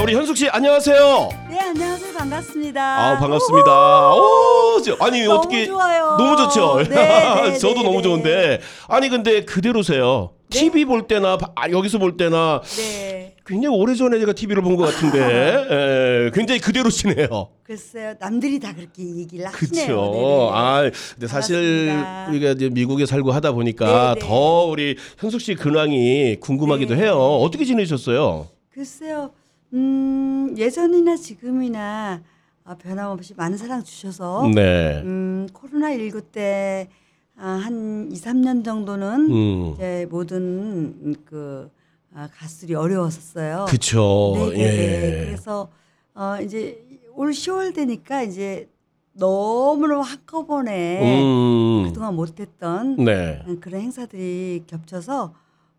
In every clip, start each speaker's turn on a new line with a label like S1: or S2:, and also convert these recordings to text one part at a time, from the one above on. S1: 우리 현숙 씨 안녕하세요.
S2: 네 안녕하세요 반갑습니다.
S1: 아 반갑습니다. 오, 저- 아니
S2: 너무
S1: 어떻게
S2: 좋아요.
S1: 너무 좋죠.
S2: 네, 네,
S1: 저도
S2: 네,
S1: 너무
S2: 네.
S1: 좋은데 아니 근데 그대로세요. TV 볼 때나 바- 아, 여기서 볼 때나
S2: 네
S1: 굉장히 오래 전에 제가 TV를 본 것 같은데 예, 굉장히 그대로시네요.
S2: 글쎄요 남들이 다 그렇게 얘기를 하시네요.
S1: 그렇죠. 아, 근데 사실
S2: 반갑습니다.
S1: 우리가 이제 미국에 살고 하다 보니까
S2: 네, 네.
S1: 더 우리 현숙 씨 근황이 궁금하기도 해요. 어떻게 지내셨어요?
S2: 글쎄요 음 예전이나 지금이나 아, 변함없이 많은 사랑 주셔서
S1: 네.
S2: 음 코로나 19때한 아, 2, 3년 정도는
S1: 음.
S2: 이제 모든 그 아, 가수들이 어려웠었어요.
S1: 그쵸.
S2: 네, 네, 네.
S1: 예.
S2: 그래서 어 이제 올 10월 되니까 이제 너무너무 한꺼번에
S1: 음.
S2: 그동안 못했던
S1: 네.
S2: 어, 그런 행사들이 겹쳐서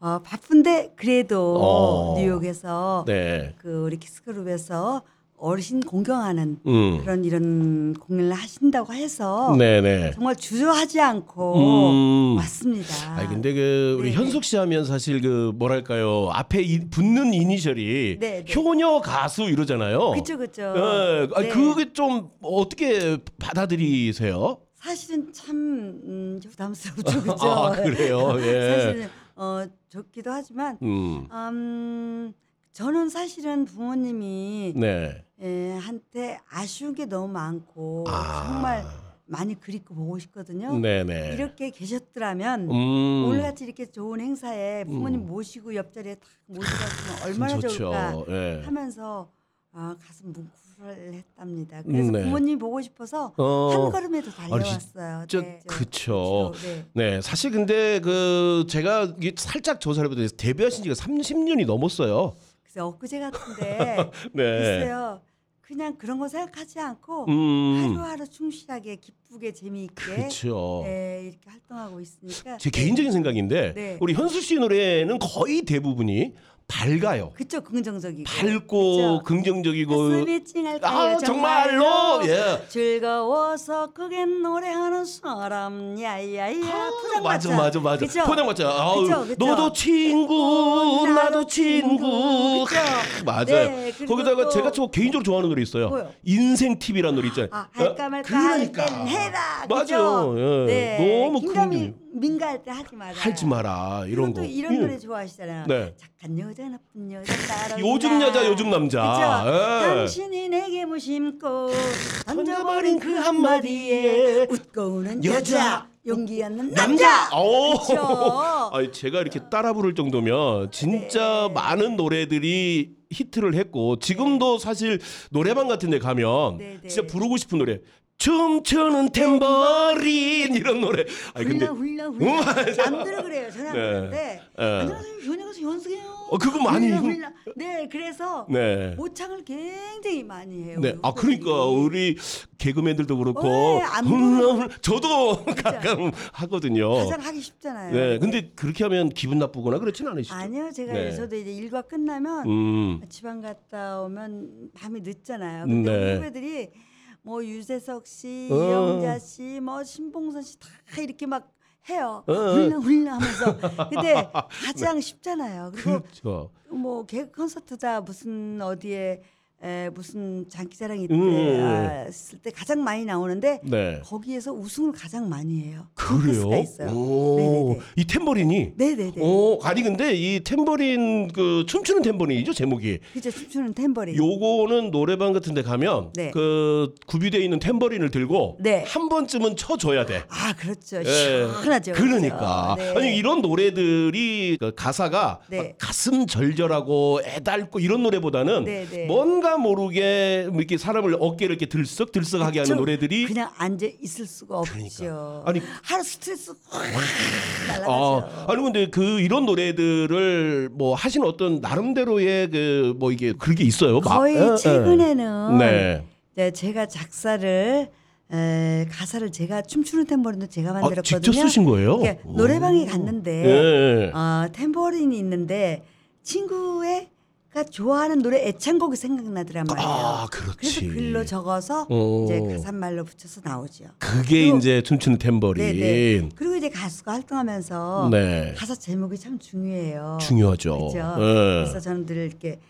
S2: 어, 바쁜데 그래도
S1: 어.
S2: 뉴욕에서
S1: 네.
S2: 그 우리 키스그룹에서 어르신 공경하는
S1: 음.
S2: 그런 이런 공연을 하신다고 해서
S1: 네네.
S2: 정말 주저하지 않고
S1: 음.
S2: 왔습니다.
S1: 아 근데 그 우리
S2: 네.
S1: 현숙 씨 하면 사실 그 뭐랄까요 앞에 이, 붙는 이니셜이
S2: 네, 네.
S1: 효녀 가수 이러잖아요.
S2: 그쵸 그쵸.
S1: 예. 아
S2: 네.
S1: 그게 좀 어떻게 받아들이세요?
S2: 사실은 참 음, 좀 부담스럽죠, 그죠?
S1: 아, 그래요? 예.
S2: 사실은 어, 좋기도 하지만,
S1: 음.
S2: 음, 저는 사실은 부모님이
S1: 네.
S2: 예, 한테 아쉬운 게 너무 많고
S1: 아.
S2: 정말 많이 그립고 보고 싶거든요.
S1: 네네.
S2: 이렇게 계셨더라면
S1: 음.
S2: 오늘같이 이렇게 좋은 행사에 부모님
S1: 음. 아,
S2: 모시고 옆자리에 탁 모시고 왔으면 얼마나 좋을까
S1: 예.
S2: 하면서 아, 가슴 뭉클했답니다. 그래서
S1: 네.
S2: 부모님 보고 싶어서
S1: 어.
S2: 한 걸음에 더 달려왔어요.
S1: 진짜
S2: 네.
S1: 그쵸.
S2: 네.
S1: 네, 사실 근데 그 제가 이게 살짝 조사를 해보니까 데뷔하신 지가 30년이 넘었어요.
S2: 그래서 엊그제 같은데
S1: 네.
S2: 글쎄요. 그냥 그런 거 생각하지 않고
S1: 음.
S2: 하루하루 충실하게 기쁘게 재미있게
S1: 그렇죠.
S2: 예, 이렇게 활동하고 있으니까
S1: 제 개인적인 생각인데
S2: 네.
S1: 우리 현수 씨 노래는 거의 대부분이 밝아요.
S2: 네, 그쵸 긍정적이고
S1: 밝고
S2: 그쵸?
S1: 긍정적이고
S2: 가슴이 아, 찡할까요
S1: 아 정말로 예.
S2: 즐거워서 그게 노래하는 사람 야야야 포장마차
S1: 맞아 맞아 맞아
S2: 그쵸?
S1: 포장마차 아우,
S2: 그쵸, 그쵸.
S1: 너도 친구 나도
S2: 어, 나도
S1: 친구
S2: 친구. 그쵸?
S1: 크, 맞아요
S2: 네, 그리고
S1: 거기다가
S2: 또-
S1: 제가 저 개인적으로 좋아하는 노래 있어요
S2: 뭐요?
S1: 인생 TV라는 노래 있잖아요
S2: 아, 할까 말까
S1: 그러니까.
S2: 할 땐 해라
S1: 맞아요
S2: 그죠?
S1: 예.
S2: 네.
S1: 너무
S2: 긴가민
S1: 긍정
S2: 민가할 때 하지 마라
S1: 하지 마라 이런 거
S2: 또 이런
S1: 예.
S2: 노래 좋아하시잖아요.
S1: 네.
S2: 착한 여자 나쁜 여자 따라
S1: 요즘 여자 요즘 남자 예.
S2: 당신이 내게 무심코 던져버린 그 한마디에 웃고 우는 여자,
S1: 여자, 음,
S2: 용기 없는 남자.
S1: 남자. 오.
S2: 그쵸?
S1: 아니 제가 이렇게 따라 부를 정도면 진짜
S2: 네.
S1: 많은 노래들이 히트를 했고 지금도 사실 노래방 같은데 가면
S2: 네, 네.
S1: 진짜 부르고 싶은 노래 춤추는 탬버린 이런 노래. 아니
S2: 훌라
S1: 근데 음.
S2: 훌라 훌라 남들은 그래요. 저는 안
S1: 네.
S2: 그런데
S1: 예.
S2: 안녕하세요 연예 가서 연습해요.
S1: 어, 그거 많이
S2: 훌라
S1: 형-
S2: 훌라. 네 그래서
S1: 네.
S2: 모창을 굉장히 많이 해요.
S1: 네.
S2: 우리
S1: 아 그러니까
S2: 후배들이.
S1: 우리 개그맨들도 그렇고
S2: 네, 안
S1: 음, 저도 가끔 하거든요.
S2: 가장 하기 쉽잖아요.
S1: 네. 근데 그렇게 하면 기분 나쁘거나 그렇진 않으시죠?
S2: 아니요 제가
S1: 네.
S2: 저도 이제 일과 끝나면
S1: 음.
S2: 지방 갔다 오면 밤이 늦잖아요. 근데
S1: 네.
S2: 우리 후배들이 뭐 유재석 씨,
S1: 어.
S2: 이영자 씨, 뭐 신봉선 씨 다 이렇게 막 해요.
S1: 어, 어.
S2: 훌렁 훌렁 하면서. 근데 가장 쉽잖아요. 그리고
S1: 그렇죠.
S2: 뭐 개그 콘서트다 무슨 어디에 에 무슨 장기자랑
S1: 음, 음,
S2: 이때 아, 했을 때 가장 많이 나오는데
S1: 네.
S2: 거기에서 우승을 가장 많이 해요.
S1: 그래요?
S2: 가 있어요.
S1: 오,
S2: 네네네.
S1: 이 탬버린이.
S2: 네네네.
S1: 오, 아니 근데 이 탬버린 그 춤추는 탬버린이죠 제목이.
S2: 그죠 춤추는 탬버린.
S1: 요거는 노래방 같은데 가면
S2: 네.
S1: 그 구비되어 있는 탬버린을 들고
S2: 네.
S1: 한 번쯤은 쳐줘야 돼.
S2: 아 그렇죠.
S1: 예.
S2: 시원하죠. 그렇죠.
S1: 그러니까
S2: 네.
S1: 아니 이런 노래들이 그 가사가
S2: 네.
S1: 막 가슴 절절하고 애달고 이런 노래보다는
S2: 네, 네.
S1: 뭔가 모르게 뭐 이렇게 사람을 어깨를 이렇게 들썩들썩하게 하는
S2: 좀
S1: 노래들이 그러니까.
S2: 그냥 앉아 있을 수가 없죠.
S1: 아니- 어,
S2: 하루 스트레스 확 날라가죠.
S1: 아, 아니 근데 그 이런 노래들을 뭐 하신 어떤 나름대로의 그 뭐 이게 그게 있어요. 마-
S2: 거의
S1: 예, 예.
S2: 최근에는
S1: 네.
S2: 이제 제가 작사를 에, 가사를 제가 춤추는 탬버린도
S1: 아,
S2: 제가 만들었거든요.
S1: 직접 쓰신 거예요?
S2: 그러니까
S1: 오.
S2: 노래방에 갔는데
S1: 예.
S2: 어, 탬버린이 있는데 친구애가 좋아하는 노래 애창곡이 생각나더란 말이에요.
S1: 아, 그렇지.
S2: 그래서 글로 적어서
S1: 오.
S2: 이제 가사말로 붙여서 나오죠.
S1: 그게
S2: 그리고-
S1: 이제 춤추는
S2: 네네.
S1: 탬버린.
S2: 그리고 이제 가수가 활동하면서
S1: 네.
S2: 가사 제목이 참 중요해요.
S1: 중요하죠.
S2: 어, 그렇죠.
S1: 예.
S2: 그래서 저는 늘 이렇게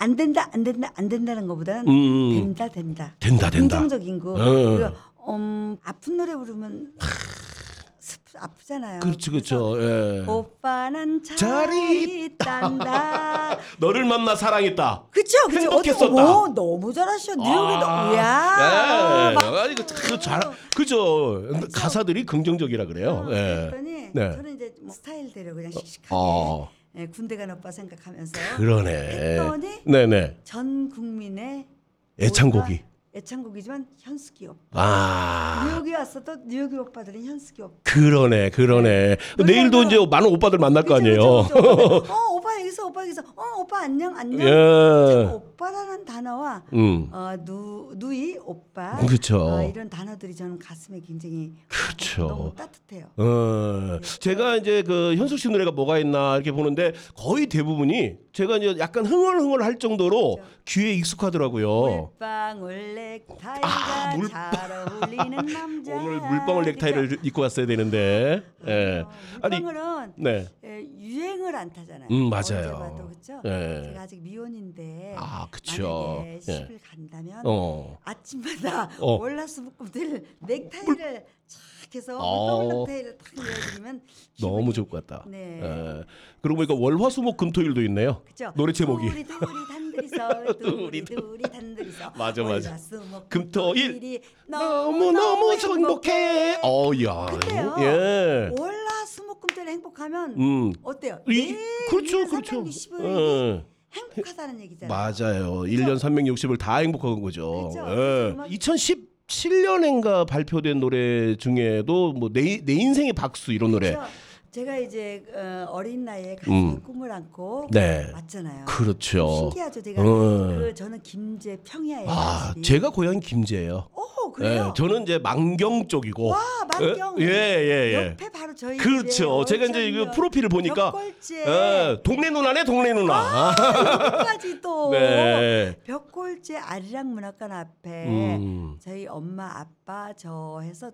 S2: 안 된다 안 된다 안 된다는 것보다는
S1: 음,
S2: 된다 된다.
S1: 된다 된다.
S2: 긍정적인 거.
S1: 어.
S2: 그리고, 음, 아픈 노래 부르면 슬프- 아프잖아요.
S1: 그렇지 그렇죠. 예.
S2: 그래서 어. 오빠는 잘,
S1: 잘
S2: 있단다.
S1: 너를 만나 사랑했다.
S2: 그쵸, 그쵸.
S1: 행복했었다.
S2: 어, 너무 잘하셔. 뉴욕에도
S1: 아,
S2: 야. 그렇죠.
S1: 예. 아, 이거 그잘 그죠. 가사들이 긍정적이라 그래요. 예.
S2: 어, 그랬더니
S1: 네.
S2: 저는 이제 뭐 스타일대로 그냥 씩씩하게
S1: 아,
S2: 예, 군대 간 오빠 생각하면서
S1: 그러네.
S2: 그러니까 했더니
S1: 네네.
S2: 전 국민의
S1: 애창곡이.
S2: 애창곡이지만 현숙이 오빠.
S1: 아,
S2: 뉴욕에 왔어도 뉴욕 오빠들은 현숙이 오빠.
S1: 그러네, 그러네. 내일도 이제 많은 오빠들 만날 거 아니에요.
S2: 그쵸, 그쵸, 그쵸. 오빠들, 어 오빠 여기서 오빠 여기서 어 오빠 안녕 안녕. 참
S1: 예.
S2: 오빠라는 단어와
S1: 음.
S2: 어, 누 누이 오빠
S1: 그쵸.
S2: 어, 이런 단어들이 저는 가슴에 굉장히
S1: 그렇죠.
S2: 너무 따뜻해요.
S1: 어, 제가 이제 그 현숙 씨 노래가 뭐가 있나 이렇게 보는데 거의 대부분이 제가 이제 약간 흥얼흥얼 할 정도로 귀에 익숙하더라고요.
S2: 물방 올넥타이가
S1: 아, 물방.
S2: 잘 어울리는 남자.
S1: 오늘 물방울 넥타이를 입고 왔어야 되는데. 예. 아니,
S2: 물방울은
S1: 네.
S2: 예, 유행을 안 타잖아요.
S1: 음,
S2: 언제
S1: 맞아요.
S2: 봐도 그렇죠.
S1: 예.
S2: 제가 아직 미혼인데
S1: 아, 그쵸.
S2: 만약에
S1: 예.
S2: 시집을 간다면
S1: 어.
S2: 아침마다
S1: 어.
S2: 월화수목금들 넥타이를 착 해서 물방울
S1: 어.
S2: 넥타이를 탁 내어드리면
S1: 너무 좋을 것 같다.
S2: 네.
S1: 예. 그러고 보니까 월화수목금토일도 있네요.
S2: 그죠?
S1: 노래 제목이.
S2: 둘이 둘이 단둘이서
S1: 둘이
S2: 둘이 둘이 단둘이서
S1: 맞아, 맞아.
S2: 월화수목
S1: 금토일.
S2: 금토일이
S1: 너무 너무 행복해. 어, 야.
S2: 근데요.
S1: 예.
S2: 월화수목금토일 행복하면
S1: 음.
S2: 어때요?
S1: 이, 그렇죠, 그렇죠.
S2: 360일
S1: 예.
S2: 행복하다는 얘기잖아요.
S1: 맞아요. 1년 360을 다 행복한 거죠.
S2: 그렇죠? 그죠?
S1: 예.
S2: 정말-
S1: 2017년인가 발표된 노래 중에도 뭐 내 내 인생의 박수 이런 노래.
S2: 그래서 제가 이제 어, 어린 나이에 가슴에
S1: 예. 음.
S2: 꿈을 안고
S1: 네.
S2: 왔잖아요.
S1: 그렇죠.
S2: 신기하죠, 제가
S1: 어.
S2: 그 저는 김제 평야에
S1: 아,
S2: 가슴이.
S1: 제가 고향이 김제예요.
S2: 오 네. 어, 그래요? 어,
S1: 예, 저는 이제 망경 쪽이고.
S2: 와 만경
S1: 예, 예, 예.
S2: 옆에 바로 저희
S1: 그렇죠. 제가 이제 그 프로필을 보니까
S2: 벽골제
S1: 예, 동네 누나네, 동네
S2: 아,
S1: 누나.
S2: 까지 또
S1: 네.
S2: 벽골제 아리랑 문학관 앞에
S1: 음.
S2: 저희 엄마 아빠 저 해서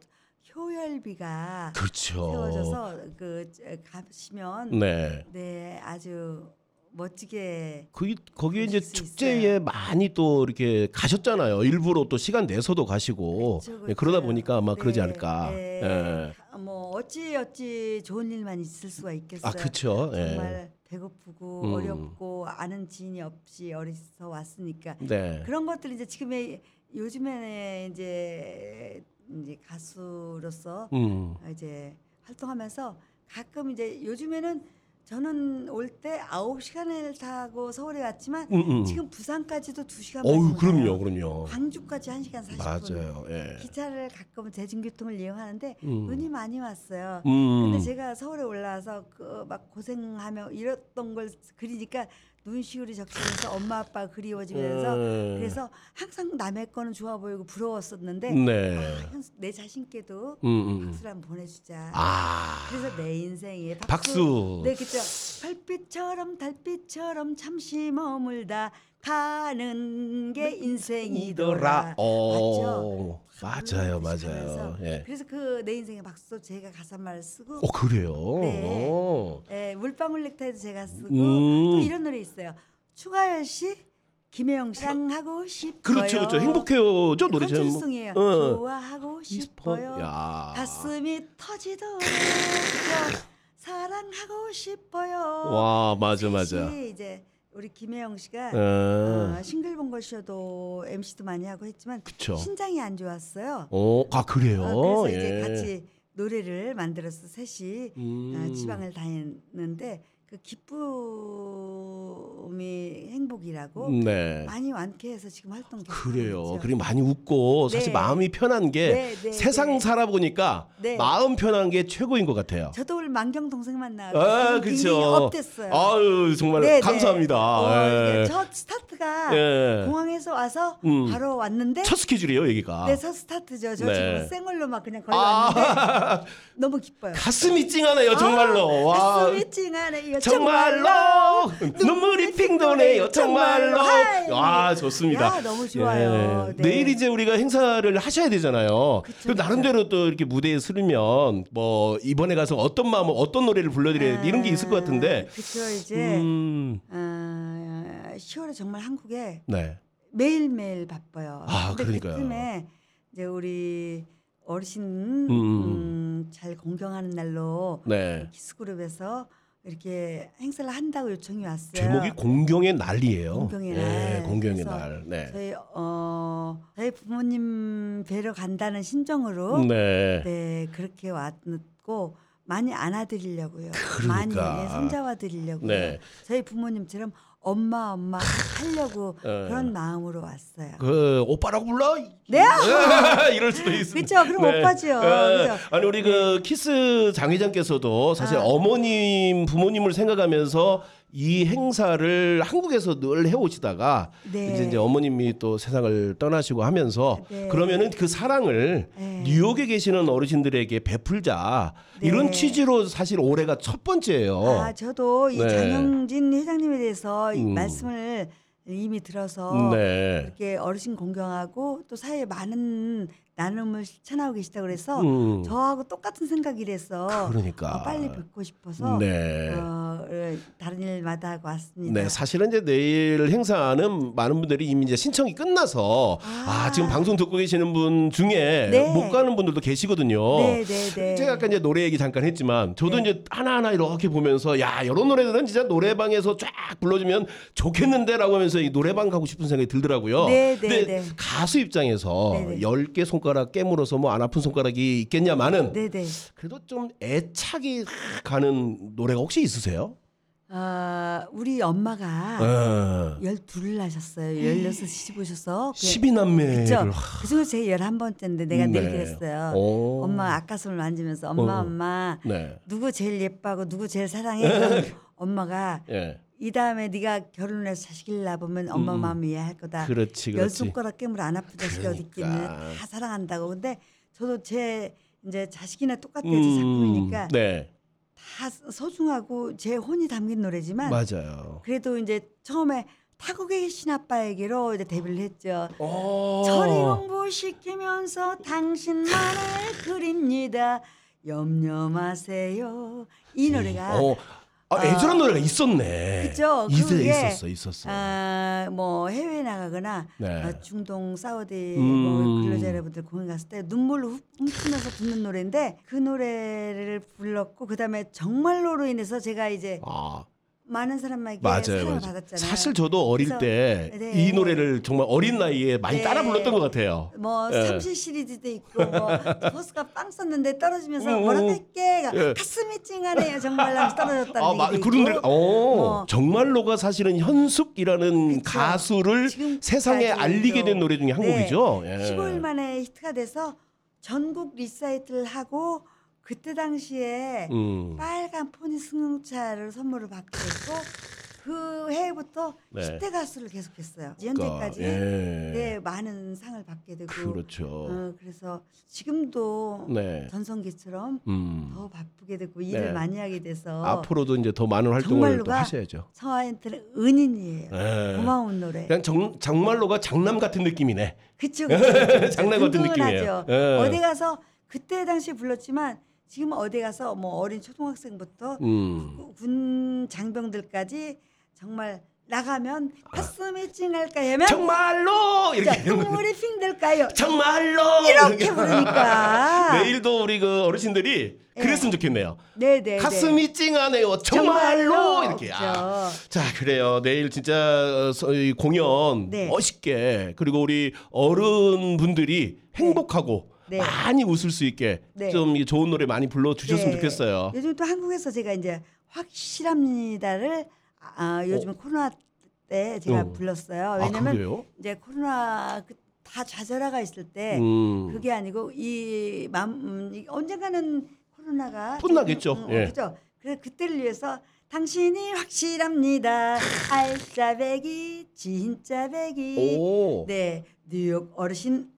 S2: 효열비가
S1: 그렇죠.
S2: 세워져서 그 저- 가시면 네.
S1: 네.
S2: 아주 멋지게
S1: 거기 거기에 이제
S2: 보실 수
S1: 축제에
S2: 있어요.
S1: 많이 또 이렇게 가셨잖아요. 일부러 또 시간 내서도 가시고
S2: 그쵸, 그쵸.
S1: 네, 그러다 보니까 아마 그러지
S2: 네,
S1: 않을까.
S2: 네.
S1: 예.
S2: 아, 뭐 어찌 어찌 좋은 일만 있을 수가
S1: 아
S2: 있겠어요.
S1: 그렇죠.
S2: 정말 배고프고
S1: 음.
S2: 어렵고 아는 지인이 없이 어디서 왔으니까
S1: 네.
S2: 그런 것들이 이제 지금의 요즘에 이제 이제 가수로서
S1: 음.
S2: 이제 활동하면서 가끔 이제 요즘에는 저는 올 때 9시간을 타고 서울에 왔지만
S1: 음, 음.
S2: 지금 부산까지도 2시간
S1: 어유 그럼요, 그럼요.
S2: 광주까지 1시간 40분.
S1: 맞아요. 예.
S2: 기차를 가끔 대중교통을 이용하는데
S1: 음.
S2: 운이 많이 왔어요.
S1: 음.
S2: 근데 제가 서울에 올라와서 그 막 고생하며 이랬던 걸 그리니까 눈시울이 적시면서 엄마 아빠 그리워지면서
S1: 예.
S2: 그래서 항상 남의 거는 좋아 보이고 부러웠었는데
S1: 네.
S2: 아, 현수- 내 자신께도
S1: 음, 음.
S2: 박수를 한번 보내주자.
S1: 아.
S2: 그래서 내 인생에
S1: 박수.
S2: 박수. 네, 그죠. 달빛처럼 달빛처럼 잠시 머물다 가는 게
S1: 네,
S2: 인생이더라.
S1: 어. 맞아요,
S2: 맞죠?
S1: 맞아요.
S2: 그래서-
S1: 예.
S2: 그래서 그 내 인생의 박수도 제가 가사말을 쓰고
S1: 어 그래요.
S2: 네.
S1: 어.
S2: 예, 물방울 넥타이도 제가 쓰고
S1: 음.
S2: 또 이런 노래 있어요. 추가열 씨, 김혜영 씨 사랑하고 싶어요. 네,
S1: 그렇죠, 그렇죠. 행복해요죠 노래 제목.
S2: 컨트롤송이에요.
S1: 어.
S2: 좋아하고 싶어요.
S1: 야.
S2: 가슴이 터지도록 사랑하고 싶어요.
S1: 와 맞아 맞아.
S2: 사실 이제 우리 김혜영 씨가
S1: 어.
S2: 어, 싱글벙글 쇼도 MC도 많이 하고 했지만
S1: 그쵸.
S2: 신장이 안 좋았어요.
S1: 어, 아 그래요.
S2: 어, 그래서
S1: 예.
S2: 이제 같이 노래를 만들어서 셋이
S1: 음.
S2: 어, 지방을 다녔는데 그 기쁨이 행복이라고
S1: 네.
S2: 많이 완쾌해서 지금 활동 계속하고
S1: 그래요.
S2: 있죠.
S1: 그리고 많이 웃고 사실
S2: 네.
S1: 마음이 편한 게
S2: 네, 네,
S1: 세상
S2: 네.
S1: 살아보니까
S2: 네.
S1: 마음 편한 게 최고인 것 같아요.
S2: 저도 오늘 만경 동생 만나고
S1: 아,
S2: 굉장히
S1: 그렇죠.
S2: 업됐어요.
S1: 아유, 정말
S2: 네, 네.
S1: 감사합니다.
S2: 어,
S1: 예.
S2: 이게 첫 스타트가
S1: 예.
S2: 공항에서 와서
S1: 음.
S2: 바로 왔는데
S1: 첫 스케줄이에요, 여기가.
S2: 네, 첫 스타트죠. 저
S1: 네.
S2: 지금 생얼로 막 그냥 걸려왔는데
S1: 아,
S2: 너무 기뻐요. 아,
S1: 가슴이 찡하네요, 정말로. 와.
S2: 가슴이 찡하네요.
S1: 정말로 눈물이 핑 도네요 정말로
S2: 하이.
S1: 와 좋습니다 예.
S2: 야, 너무 좋아요. 네.
S1: 내일 이제 우리가 행사를 하셔야 되잖아요
S2: 그쵸,
S1: 그럼 나름대로 또 이렇게 무대에 서면 뭐 이번에 가서 어떤 예,
S2: 아. 네.
S1: 마음으로 어떤 노래를 불러드려야 돼 이런 게 있을 것 같은데
S2: 그렇죠 이제
S1: 음,
S2: 아, 정말 10월에 정말 한국에
S1: 네.
S2: 매일 매일 바빠요.
S1: 아,
S2: 근데
S1: 그러니까요.
S2: 그쯤에 이제 우리 어르신
S1: 음,
S2: 음, 잘 공경하는 날로
S1: 네.
S2: 키스그룹에서 이렇게 행사를 한다고 요청이 왔어요.
S1: 제목이 공경의 날이에요.
S2: 공경의
S1: 예,
S2: 날.
S1: 공경의
S2: 그래서
S1: 날. 네.
S2: 저희 어 저희 부모님 뵈러 간다는 심정으로
S1: 네.
S2: 네 그렇게 왔고 많이 안아드리려고요.
S1: 그러니까.
S2: 많이 네, 손잡아 드리려고.
S1: 네.
S2: 요 저희 부모님처럼 엄마 엄마 하려고 그런 마음으로 왔어요.
S1: 네. 그 오빠라고 불러?
S2: 네.
S1: 이럴 수도 있습니다.
S2: 그렇죠. 그럼 오빠죠.
S1: 아,
S2: 그죠? 네.
S1: 아니 우리 그 키스 장 회장께서도 사실
S2: 아.
S1: 어머님 부모님을 생각하면서 이 행사를 한국에서 늘 해오시다가
S2: 네.
S1: 이제, 이제 어머님이 또 세상을 떠나시고 하면서
S2: 네.
S1: 그러면은 그 사랑을
S2: 네.
S1: 뉴욕에 계시는 어르신들에게 베풀자
S2: 네.
S1: 이런 취지로 사실 올해가 첫 번째예요.
S2: 아 저도 이
S1: 네.
S2: 장영진 회장님에 대해서 이
S1: 음.
S2: 말씀을 이미 들어서
S1: 네.
S2: 이렇게 어르신 공경하고 또 사회에 많은 나눔을 실천하고 계시다 그래서
S1: 음.
S2: 저하고 똑같은 생각이라서
S1: 그러니까.
S2: 어, 빨리 뵙고 그렇죠. 싶어서
S1: 네.
S2: 어, 예, 다른 일마다 하고 왔습니다.
S1: 네, 사실은 이제 내일 행사는 많은 분들이 이미 이제 신청이 끝나서 아,
S2: 아.
S1: 지금 방송 듣고 계시는 분 중에
S2: 네.
S1: 못 가는 분들도 계시거든요.
S2: 네, 네, 네.
S1: 어. 제가 아까 이제 노래 얘기 잠깐 했지만 저도 이제 하나하나 이렇게 보면서 야 이런 노래들은 진짜 노래방에서 쫙 불러주면 좋겠는데라고 하면서 이 노래방 가고 싶은 생각이 들더라고요.
S2: 네, 네,
S1: 근데
S2: 네.
S1: 가수 입장에서
S2: 네, 네.
S1: 열 개 손가락 깨물어서 뭐 안 아픈 손가락이 있겠냐마는
S2: 네네.
S1: 그래도 좀 애착이 가는 노래가 혹시 있으세요?
S2: 아 우리 엄마가
S1: 어.
S2: 열둘을 낳으셨어요. 열여섯 시집오셔서 그
S1: 십이 남매를
S2: 예. 그죠? 그중에 제 열한 번째인데 내가 늘
S1: 네.
S2: 그랬어요.
S1: 오.
S2: 엄마 아가슴을 만지면서 엄마
S1: 어.
S2: 엄마
S1: 네.
S2: 누구 제일 예뻐하고 누구 제일 사랑해? 그럼 엄마가
S1: 예.
S2: 이 다음에 네가 결혼해서 자식을 낳으면 엄마
S1: 음, 음.
S2: 마음 이해할 거다.
S1: 그렇지,
S2: 열
S1: 그렇지.
S2: 손가락 깨물 안 아픈 자식이 어디 있기는
S1: 그러니까.
S2: 다 사랑한다고. 근데 저도 제 이제 자식이나 똑같아요. 제
S1: 음,
S2: 작품이니까
S1: 네.
S2: 다 소중하고 제 혼이 담긴 노래지만
S1: 맞아요.
S2: 그래도 이제 처음에 타국에 계신 아빠에게로 이제 데뷔를 했죠.
S1: 어.
S2: 철이 공부시키면서 당신만을 그립니다. 염려 마세요. 이 노래가
S1: 어. 아, 애절한 노래가 있었네.
S2: 그죠?
S1: 이제
S2: 그게,
S1: 있었어, 있었어.
S2: 아, 뭐 해외 나가거나
S1: 네.
S2: 어, 중동 사우디
S1: 음.
S2: 뭐 근로자 여러분들 공연 갔을 때 눈물로 훔- 훔치면서 듣는 노래인데 그 노래를 불렀고 그다음에 정말로로 인해서 제가 이제
S1: 아,
S2: 많은 사람에게
S1: 맞아요,
S2: 예, 사랑을
S1: 맞아요.
S2: 받았잖아요.
S1: 사실 저도 어릴
S2: 그래서,
S1: 때 이
S2: 네.
S1: 노래를 정말 어린 나이에 많이
S2: 네.
S1: 따라 불렀던 것 같아요.
S2: 뭐
S1: 예.
S2: 삼실 시리즈도 있고 뭐 버스가 빵 썼는데 떨어지면서
S1: 음,
S2: 뭐라고
S1: 음.
S2: 할게
S1: 예.
S2: 가슴이 찡하네요 정말 하면서 떨어졌다는
S1: 아, 마,
S2: 얘기도
S1: 그런 노래.
S2: 있고
S1: 어,
S2: 뭐.
S1: 정말로가 사실은 현숙이라는
S2: 그쵸.
S1: 가수를
S2: 지금까지도.
S1: 세상에 알리게 된 노래 중에 한
S2: 네.
S1: 곡이죠. 예.
S2: 15일 만에 히트가 돼서 전국 리사이트를 하고 그때 당시에
S1: 음.
S2: 빨간 포니 승용차를 선물을 받고 있고 그 해부터
S1: 네.
S2: 10대 가수를 계속했어요.
S1: 그러니까,
S2: 현재까지
S1: 예.
S2: 네, 많은 상을 받게 되고
S1: 그렇죠.
S2: 어, 그래서 지금도
S1: 네.
S2: 전성기처럼
S1: 음.
S2: 더 바쁘게 되고 일을
S1: 네.
S2: 많이 하게 돼서
S1: 앞으로도 이제 더 많은 활동을 또
S2: 정말로가
S1: 하셔야죠.
S2: 서아한테는 은인이에요.
S1: 예.
S2: 고마운 노래.
S1: 그냥 정, 정말로가 장남 같은 느낌이네.
S2: 그쵸, 그쵸, 그쵸.
S1: 장난 같은
S2: 든든하죠.
S1: 느낌이에요. 예.
S2: 어디 가서 그때 당시 에 불렀지만 지금 어디 가서 뭐 어린 초등학생부터
S1: 음.
S2: 구- 군 장병들까지 정말 나가면 가슴이 찡할까요? 면
S1: 정말로 아. 이렇게
S2: 눈물이 핑들까요?
S1: 정말로
S2: 이렇게 부르니까
S1: 내일도 우리 그 어르신들이
S2: 예.
S1: 그랬으면 좋겠네요.
S2: 네네
S1: 가슴이 찡하네요. 정말로, 이렇게. 아.
S2: 아.
S1: 자 그래요 내일 진짜 어, 서- 이 공연
S2: 네.
S1: 멋있게 그리고 우리 어른분들이 행복하고
S2: 네.
S1: 많이 웃을 수 있게
S2: 네.
S1: 좀이 좋은 노래 많이 불러주셨으면
S2: 네.
S1: 좋겠어요
S2: 요즘 또 한국에서 제가 이제 확실합니다를 아, 요즘 코로나 때 제가
S1: 어.
S2: 불렀어요.
S1: 아
S2: 왜냐면
S1: 그래요?
S2: 이제 코로나 그- 다 좌절화가 있을 때
S1: 음.
S2: 네. 그게 아니고 이 맘, 음, 이 언젠가는 코로나가
S1: 끝나겠죠.
S2: 음, 음,
S1: 예.
S2: 그죠. 그래 그때를 위해서 당신이 확실합니다. 알짜배기 진짜배기.
S1: 오
S2: 네 뉴욕 어르신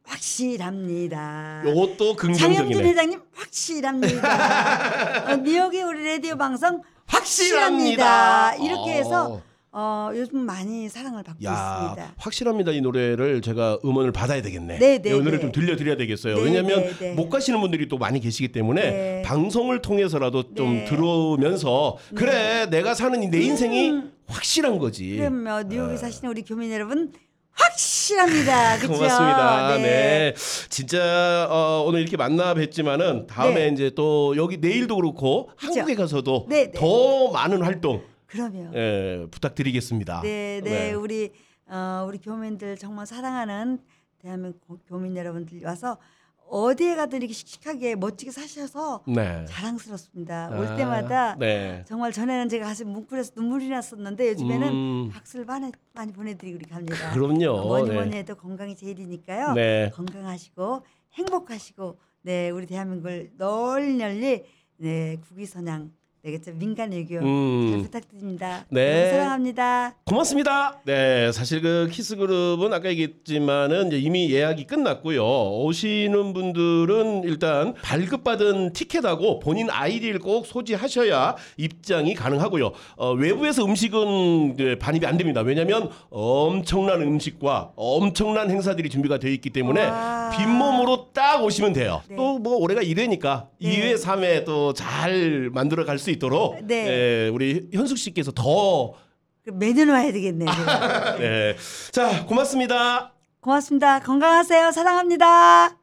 S2: 확실합니다.
S1: 요것도
S2: 장영진
S1: 긍정적이네
S2: 회장님 확실합니다. 어, 뉴욕의 우리 라디오 방송
S1: 확실합니다.
S2: 확실합니다. 이렇게 해서
S1: 어.
S2: 어, 어, 요즘 많이 사랑을 받고
S1: 야,
S2: 있습니다.
S1: 확실합니다. 이 노래를 제가 음원을 받아야 되겠네.
S2: 네, 네,
S1: 이 노래
S2: 네.
S1: 좀 들려드려야 되겠어요.
S2: 네,
S1: 왜냐하면
S2: 네, 네.
S1: 못 가시는 분들이 또 많이 계시기 때문에
S2: 네.
S1: 방송을 통해서라도 좀
S2: 네.
S1: 들으면서 그래 내가 사는 이 내 인생이 확실한 거지.
S2: 음. 그럼요. 어, 뉴욕에
S1: 아.
S2: 사시는 우리 교민 여러분 확실합니다. 그렇죠?
S1: 고맙습니다. 네. 진짜 어, 오늘 이렇게 만나 뵙지만은 다음에
S2: 네.
S1: 이제 또 여기 내일도 그렇고
S2: 그쵸?
S1: 한국에 가서도
S2: 네, 네.
S1: 더 많은 활동
S2: 그럼요.
S1: 예, 부탁드리겠습니다.
S2: 네, 네, 우리 어, 우리 교민들 정말 사랑하는 대한민국 고- 교민 여러분들 와서 어디에 가든 이렇게 씩씩하게 멋지게 사셔서
S1: 네.
S2: 자랑스럽습니다. 올
S1: 아,
S2: 때마다
S1: 네.
S2: 정말 전에는 제가 가슴 뭉클해서 눈물이 났었는데 요즘에는
S1: 음.
S2: 박수를 많이, 많이 보내드리고 이렇게 합니다.
S1: 그럼요.
S2: 뭐니
S1: 네.
S2: 뭐니 해도 건강이 제일이니까요.
S1: 네.
S2: 건강하시고 행복하시고 네 우리 대한민국을 널리 널리 네 국위선양 되겠죠 민간 외교
S1: 음.
S2: 잘 부탁드립니다.
S1: 네.
S2: 너무 사랑합니다.
S1: 고맙습니다. 네, 사실 그 키스 그룹은 아까 얘기했지만은 이제 이미 예약이 끝났고요. 오시는 분들은 일단 발급받은 티켓하고 본인 아이디를 꼭 소지하셔야 입장이 가능하고요. 어, 외부에서 음식은 이제 반입이 안 됩니다. 왜냐하면 엄청난 음식과 엄청난 행사들이 준비가 되어 있기 때문에
S2: 와.
S1: 빈몸으로 딱 오시면 돼요.
S2: 네.
S1: 또 뭐 올해가 1회니까 2회,
S2: 네.
S1: 3회 또 잘 만들어 갈 수 있도록
S2: 네.
S1: 예, 우리 현숙 씨께서 더
S2: 그럼 매년 와야 되겠네요. 제가.
S1: 네. 자, 고맙습니다.
S2: 고맙습니다. 건강하세요. 사랑합니다.